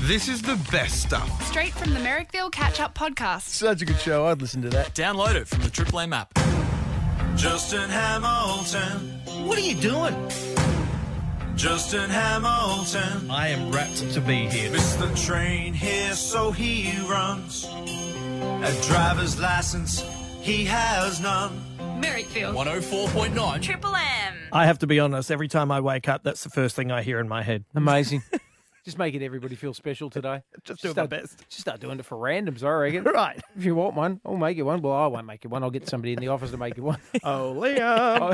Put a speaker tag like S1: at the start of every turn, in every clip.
S1: This is the best stuff.
S2: Straight from the Merrickville Catch Up Podcast.
S3: Such a good show. I'd listen to that.
S4: Download it from the Triple M app.
S5: Justin Hamilton.
S6: What are you doing?
S5: Justin Hamilton.
S6: I am rapt to be here.
S5: Missed the train here, so he runs. A driver's license, he has none.
S7: Merrickville.
S4: 104.9.
S7: Triple M.
S6: I have to be honest, every time I wake up, that's the first thing I hear in my head.
S8: Amazing. Just making everybody feel special today.
S6: Just doing my
S8: start,
S6: best.
S8: Just start doing it for randoms, I reckon.
S6: Right.
S8: If you want one, I'll make you one. Well, I won't make you one. I'll get somebody in the office to make you one.
S6: Oh, Liam.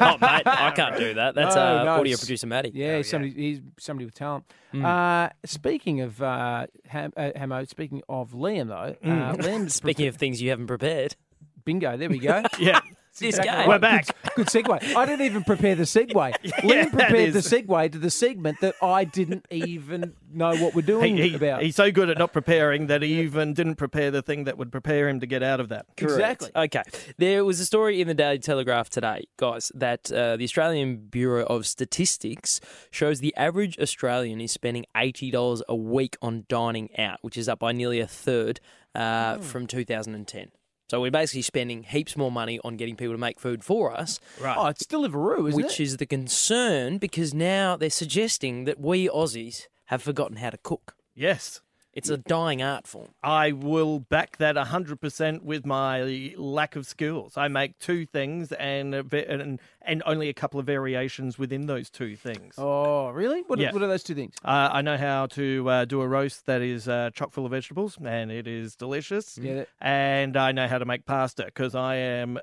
S9: Oh, mate, I can't do that. That's
S8: No,
S9: uh,
S8: no,
S9: audio
S8: it's-
S9: producer Maddie.
S8: Yeah, somebody. He's somebody with talent.
S6: Mm.
S8: Uh, speaking of uh, Ham, uh, Hamo, speaking of Liam though, uh,
S6: Mm.
S8: Liam's
S9: Speaking of things you haven't prepared,
S8: bingo. There we go.
S6: yeah.
S9: this
S8: Exactly
S9: game.
S6: We're
S8: right.
S6: back.
S8: Good segue. I didn't even prepare the segue. Liam
S6: that
S8: prepared the
S6: is-
S8: segue to the segment that I didn't even know what we're doing
S6: He, he,
S8: about.
S6: he's so good at not preparing that he even didn't prepare the thing that would prepare him to get out of that.
S9: Correct.
S8: Exactly.
S9: Okay. There was a story in the Daily Telegraph today, guys, that uh, the Australian Bureau of Statistics shows the average Australian is spending $80 a week on dining out, which is up by nearly a third uh,
S8: Hmm.
S9: from 2010. So we're basically spending heaps more money on getting people to make food for us,
S8: Oh, it's still Liveroo, isn't
S9: which
S8: it?
S9: is the concern because now they're suggesting that we Aussies have forgotten how to cook.
S6: Yes.
S9: It's a dying art form.
S6: I will back that 100% with my lack of skills. I make two things and a ve- and, and only a couple of variations within those two things.
S8: Oh, really? What, are-
S6: Yeah.
S8: what are those two things?
S6: Uh, I know how to uh, do a roast that is uh, chock full of vegetables and it is delicious.
S8: Yeah, that-
S6: And I know how to make pasta because I am,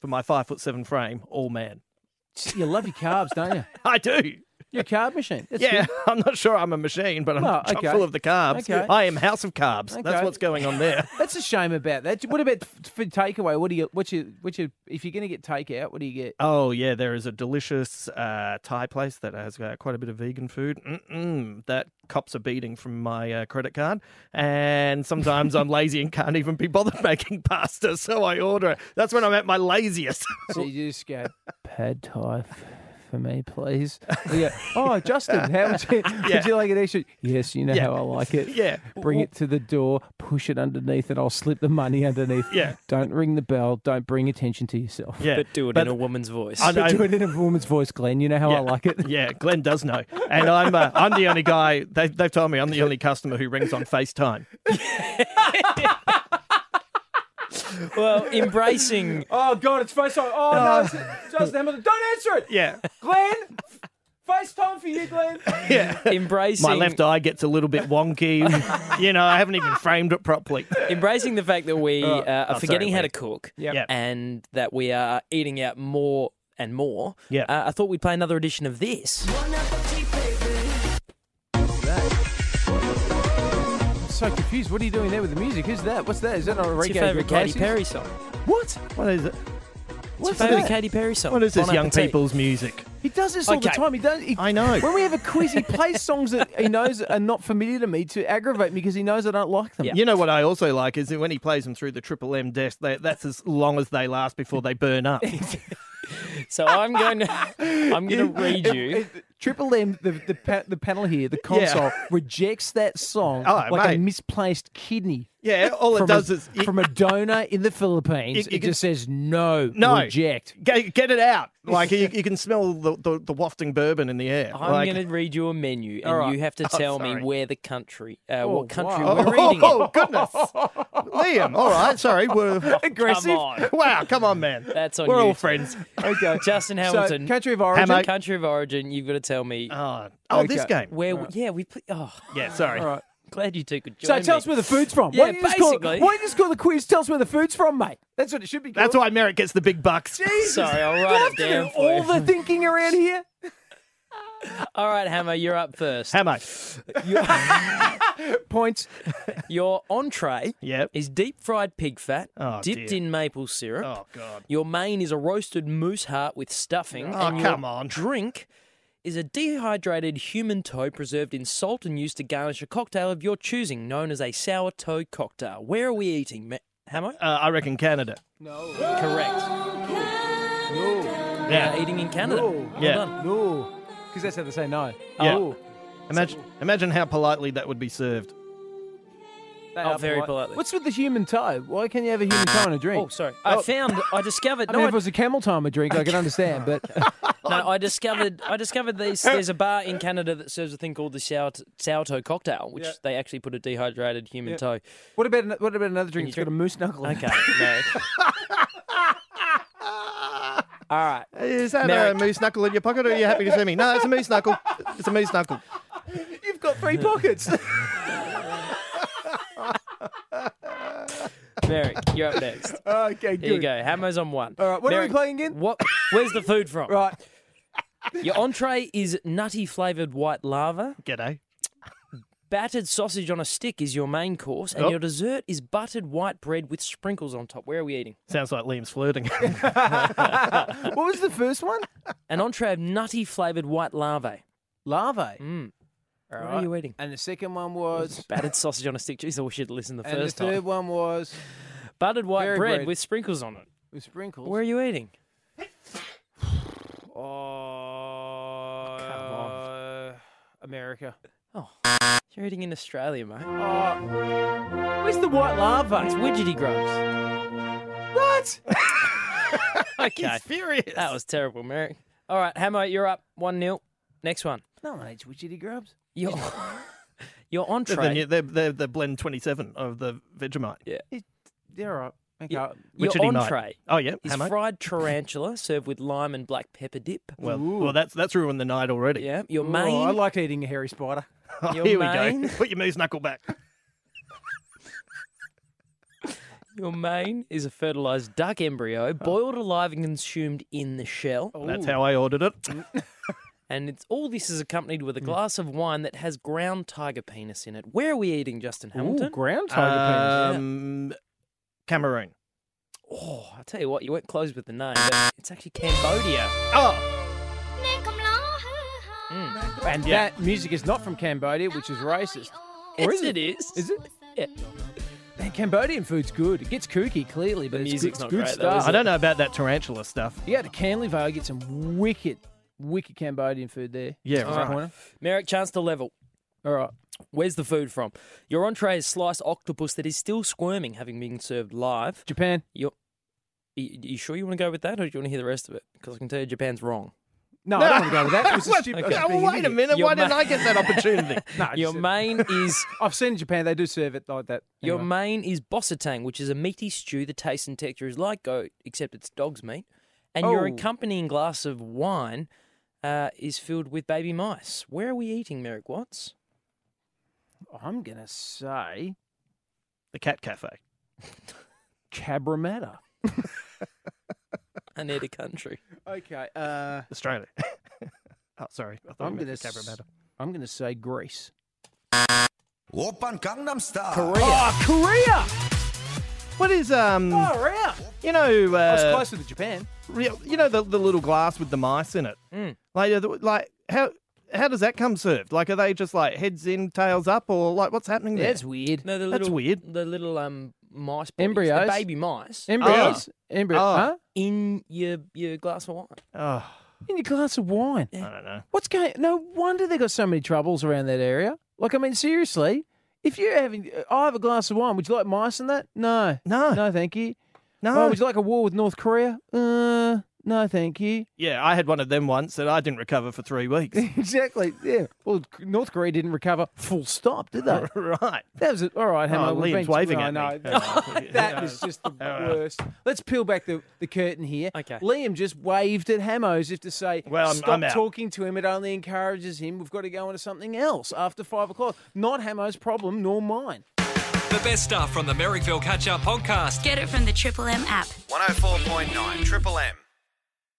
S6: for my five foot seven frame, all man.
S8: You love your carbs, don't you?
S6: I do.
S8: You're a carb machine. That's
S6: yeah,
S8: good.
S6: I'm not sure I'm a machine, but I'm
S8: Well,
S6: chock
S8: okay.
S6: full of the carbs.
S8: Okay.
S6: I am house of carbs.
S8: Okay.
S6: That's what's going on there.
S8: That's a shame about that. What about f- for takeaway? What do you? What's your? What's your? If you're going to get takeout, what do you get?
S6: Oh yeah, there is a delicious uh, Thai place that has uh, quite a bit of vegan food. Mm-mm, that cops a beating from my uh, credit card, and sometimes I'm lazy and can't even be bothered making pasta, so I order it. That's when I'm at my laziest.
S8: So you just go pad thai f- for me, please. Yeah. Oh, Justin, how would you? Would
S6: Yeah.
S8: you like it extra? Yes, you know how I like it.
S6: yeah,
S8: Bring it to the door, push it underneath, and I'll slip the money underneath.
S6: Yeah.
S8: Don't ring the bell. Don't bring attention to yourself.
S6: yeah.
S9: But do it
S6: But
S9: in a woman's voice.
S6: I
S8: But
S6: know-
S8: do it in a woman's voice, Glenn. You know how I like it.
S6: Yeah, Glenn does know, and I'm uh, I'm the only guy. They, they've told me I'm the only customer who rings on FaceTime.
S9: well, embracing
S8: Oh God, it's FaceTime. Oh no, it's Justin Hamilton. Don't answer it,
S6: Yeah,
S8: Glenn. FaceTime for you, Glenn.
S9: embracing
S6: my left eye gets a little bit wonky. you know, I haven't even framed it properly.
S9: embracing the fact that we uh, are
S6: oh,
S9: forgetting
S6: sorry,
S9: how to
S6: wait.
S9: cook
S8: Yep.
S6: Yep.
S9: and that we are eating out more and more.
S6: Yep.
S9: Uh, I thought we'd play another edition of this.
S8: So confused. What are you doing there with the music? Who's that? What's that? Is that not a
S9: What's
S8: reggae?
S9: your favourite Katy
S8: Casey's?
S9: Perry song?
S8: What?
S6: What is it?
S9: What's
S8: that?
S9: your favourite Katy Perry song?
S6: What is this
S9: Bon
S6: young
S9: Appetit.
S6: people's music?
S8: He does this all the
S9: Okay.
S8: time. He does. He,
S6: I know.
S8: When we have a quiz, he plays songs that he knows are not familiar to me to aggravate me because he knows I don't like them.
S9: Yeah.
S6: You know what I also like is that when he plays them through the Triple M desk, they, that's as long as they last before they burn up.
S9: So I'm going to, I'm going to read you.
S8: It- Triple M, the the, pa- the panel here, the console rejects that song
S6: Oh,
S8: like a
S6: mate.
S8: misplaced kidney.
S6: Yeah, all it
S8: from
S6: does
S8: a,
S6: is it-
S8: from a donor in the Philippines. It,
S6: It- it
S8: just says no,
S6: No.
S8: reject.
S6: get, get it out. Like you, you can smell the, the, the wafting bourbon in the air.
S9: I'm
S6: like,
S9: going to read you a menu, and
S8: right.
S9: you have to
S6: Oh,
S9: tell me
S6: sorry.
S9: where the country, uh,
S8: Oh,
S9: what country
S8: wow.
S9: we're reading. in.
S6: oh goodness, Liam. All right, sorry. We're,
S8: Aggressive.
S9: Come on,
S6: wow, come on, man.
S9: that's on
S6: we're
S9: you.
S6: all friends.
S8: Okay.
S9: Justin Hamilton,
S8: So, country of origin.
S6: Hammer.
S9: country of origin. You've got to tell me
S6: Oh, oh this
S8: Okay.
S6: game.
S9: where. We, yeah, we. Play, oh,
S6: Yeah, sorry.
S8: right.
S9: glad you two could join
S8: So tell
S9: me.
S8: us where the food's from.
S9: Yeah,
S8: why, don't you just call, it-
S9: basically.
S8: why don't you just call the quiz? Tell us where the food's from, mate. That's what it should be. Called.
S6: That's why Merrick gets the big bucks.
S9: Sorry, I'll
S8: You
S9: write
S8: have
S9: it
S8: to
S9: down
S8: do
S9: for
S8: all
S9: you.
S8: the thinking around here.
S9: All right, Hammer, you're up first.
S6: Hammer.
S8: Points.
S9: Your entree
S6: Yep.
S9: is deep fried pig fat,
S6: Oh,
S9: dipped
S6: dear.
S9: in maple syrup.
S6: Oh God.
S9: Your main is a roasted moose heart with stuffing.
S6: Oh,
S9: and
S6: come
S9: your
S6: on.
S9: Drink is a dehydrated human toe preserved in salt and used to garnish a cocktail of your choosing, known as a sour toe cocktail. Where are we eating, Ma- Hammer?
S6: Uh, I reckon Canada.
S9: Correct.
S8: No.
S9: Yeah, eating in Canada.
S8: Ooh.
S9: Well
S6: Yeah.
S9: done.
S8: No. Because that's how they say no.
S6: Yeah.
S8: Oh.
S6: Imagine, imagine how politely that would be served.
S8: They
S9: Oh,
S8: are
S9: very politely.
S8: What's with the human toe? Why can you have a human toe in a drink?
S9: Oh, sorry. I found, I discovered.
S8: I
S9: no,
S8: mean,
S9: I,
S8: if it was a camel toe in a drink, I can understand, but
S9: no, I discovered. I discovered these. There's a bar in Canada that serves a thing called the sour, sourdough cocktail, which
S8: Yeah.
S9: they actually put a dehydrated human
S8: Yeah.
S9: toe.
S8: what about an- what about another drink
S9: you
S8: that's got a moose knuckle? in it?
S9: Okay, no.
S8: All right.
S6: Is that
S9: Merrick.
S6: a moose knuckle in your pocket, or are you happy to see me? No, it's a moose knuckle. It's a moose knuckle.
S8: You've got three pockets.
S9: Merrick, you're up next.
S8: okay, good.
S9: Here you go. Hammers on one.
S8: All right, what are we
S9: Merrick,
S8: playing again?
S9: What? Where's the food from?
S8: Right.
S9: Your entree is nutty flavored white lava.
S6: G'day.
S9: Battered sausage on a stick is your main course, and
S6: Yep.
S9: your dessert is buttered white bread with sprinkles on top. Where are we eating?
S6: Sounds like Liam's flirting.
S8: What was the first one?
S9: An entree of nutty flavored white larvae.
S8: Larvae.
S9: Mm.
S8: All
S9: What
S8: right.
S9: are you eating?
S8: And the second one was.
S9: Battered sausage on a stick. Jeez, I wish you'd listened the
S8: and the
S9: first
S8: third
S9: time.
S8: one was
S9: Buttered white
S8: Very
S9: bread,
S8: bread.
S9: with sprinkles on it.
S8: with sprinkles.
S9: Where are you eating?
S8: Uh, America.
S9: You're eating in Australia, mate.
S8: Oh. Where's the white larva?
S9: It's widgety grubs.
S8: What?
S9: Okay.
S6: furious.
S9: that was terrible, Merrick. All right, Hamo, you're up 1 0. Next one.
S8: No one eats widgety grubs.
S9: Your, your
S6: They're,
S9: entree.
S6: the- they're, they're the blend 27 of the Vegemite.
S8: They're all right. Okay.
S9: Yeah.
S6: Which
S9: your entree
S6: Oh, yeah.
S9: is
S6: Hamo.
S9: fried tarantula served with lime and black pepper dip.
S6: well, well, that's that's ruined the night already.
S9: Yeah, your
S8: Oh,
S9: main.
S8: I liked eating a hairy spider.
S9: your
S6: Here we
S9: main,
S6: go. Put your moose knuckle back.
S9: Your main is a fertilized duck embryo, boiled alive and consumed in the shell.
S6: That's how I ordered it.
S9: And it's all this is accompanied
S8: Mm.
S9: with a glass of wine that has ground tiger penis in it. Where are we eating, Justin Hamilton?
S8: ground
S6: Um, Cameroon.
S9: oh, I tell you what, you went close with the name. But it's actually Cambodia.
S6: Oh,
S8: Uh, And
S6: Yeah.
S8: that music is not from Cambodia, which is racist.
S9: Or is it? It is.
S8: Is it?
S9: Yeah.
S8: Man, Cambodian food's good. It gets kooky, clearly, but it's
S9: music's
S8: good,
S9: not
S8: it's good
S9: great, though,
S8: stuff.
S9: is
S6: I don't know about that tarantula stuff.
S8: You go to Canley Vale, get some wicked, wicked Cambodian food there.
S6: Yeah,
S8: All right.
S6: right.
S9: Merrick, chance to level.
S8: All right.
S9: Where's the food from? Your entree is sliced octopus that is still squirming, having been served live.
S8: Japan.
S9: Your, you, you sure you want to go with that, or do you want to hear the rest of it? Because I can tell you Japan's wrong.
S8: No, I don't want to go with that. It was a
S6: What?
S8: stupid-
S6: No,
S8: it was
S6: well, oh,
S8: being an
S6: wait a
S8: idiot.
S6: minute.
S9: Your
S6: Why didn't
S9: ma-
S6: I get that opportunity?
S8: No,
S9: Your
S8: just-
S9: main is
S8: I've seen in Japan, they do serve it like that.
S9: your
S8: Anyway.
S9: main is bossatang, which is a meaty stew. The taste and texture is like goat, except it's dog's meat. And your
S8: Oh.
S9: accompanying glass of wine uh, is filled with baby mice. Where are we eating, Merrick Watts?
S8: I'm going to say
S6: The Cat Cafe.
S8: Cabramatta.
S9: Anita country.
S8: Okay. Uh,
S6: Australia. oh, sorry. I thought
S8: I'm
S6: you meant
S8: going
S6: the Cabramatta.
S8: to I'm going to say Greece.
S5: 오빤 강남 스타일.
S8: Oh, Korea!
S6: What is um?
S8: Korea!
S6: You know,
S8: Oh, I was
S6: uh,
S8: closer to Japan.
S6: real, you know the, the little glass with the mice in it.
S8: Mm.
S6: Like, uh, th- like how how does that come served? Like, are they just like heads in, tails up, or like what's happening there?
S8: That's weird.
S9: No, the little,
S6: That's weird.
S9: The little um mice, bodies,
S8: Embryos.
S9: the baby mice,
S8: Embryos. Embryos.
S6: Oh.
S8: Huh?
S9: in your your glass of wine.
S6: oh,
S8: In your glass of wine.
S6: I don't know.
S8: What's going? No wonder they got so many troubles around that area. Like, I mean, seriously, if you're having, uh, I have a glass of wine. Would you like mice in that? No,
S6: No.
S8: no, thank you.
S6: No.
S8: Oh, would you like a war with North Korea? Uh, no, thank you.
S6: yeah, I had one of them once, and I didn't recover for three weeks.
S8: exactly. Yeah. Well, North Korea didn't recover. Full stop, did they?
S6: right.
S8: That was a, all right. Hamo,
S6: Oh,
S8: we've
S6: Liam's
S8: been-
S6: waving
S8: no,
S6: at
S8: no,
S6: me.
S8: That, that was just the worst. Let's peel back the, the curtain here.
S9: Okay.
S8: Liam just waved at Hamo as if to say,
S6: Well, I'm-
S8: stop
S6: I'm out."
S8: talking to him. It only encourages him. We've got to go on to something else after five o'clock. Not Hamo's problem, nor mine.
S4: The best stuff from the Merrickville Catch Up Podcast.
S3: Get it from the Triple M app.
S5: 104.9 Triple M.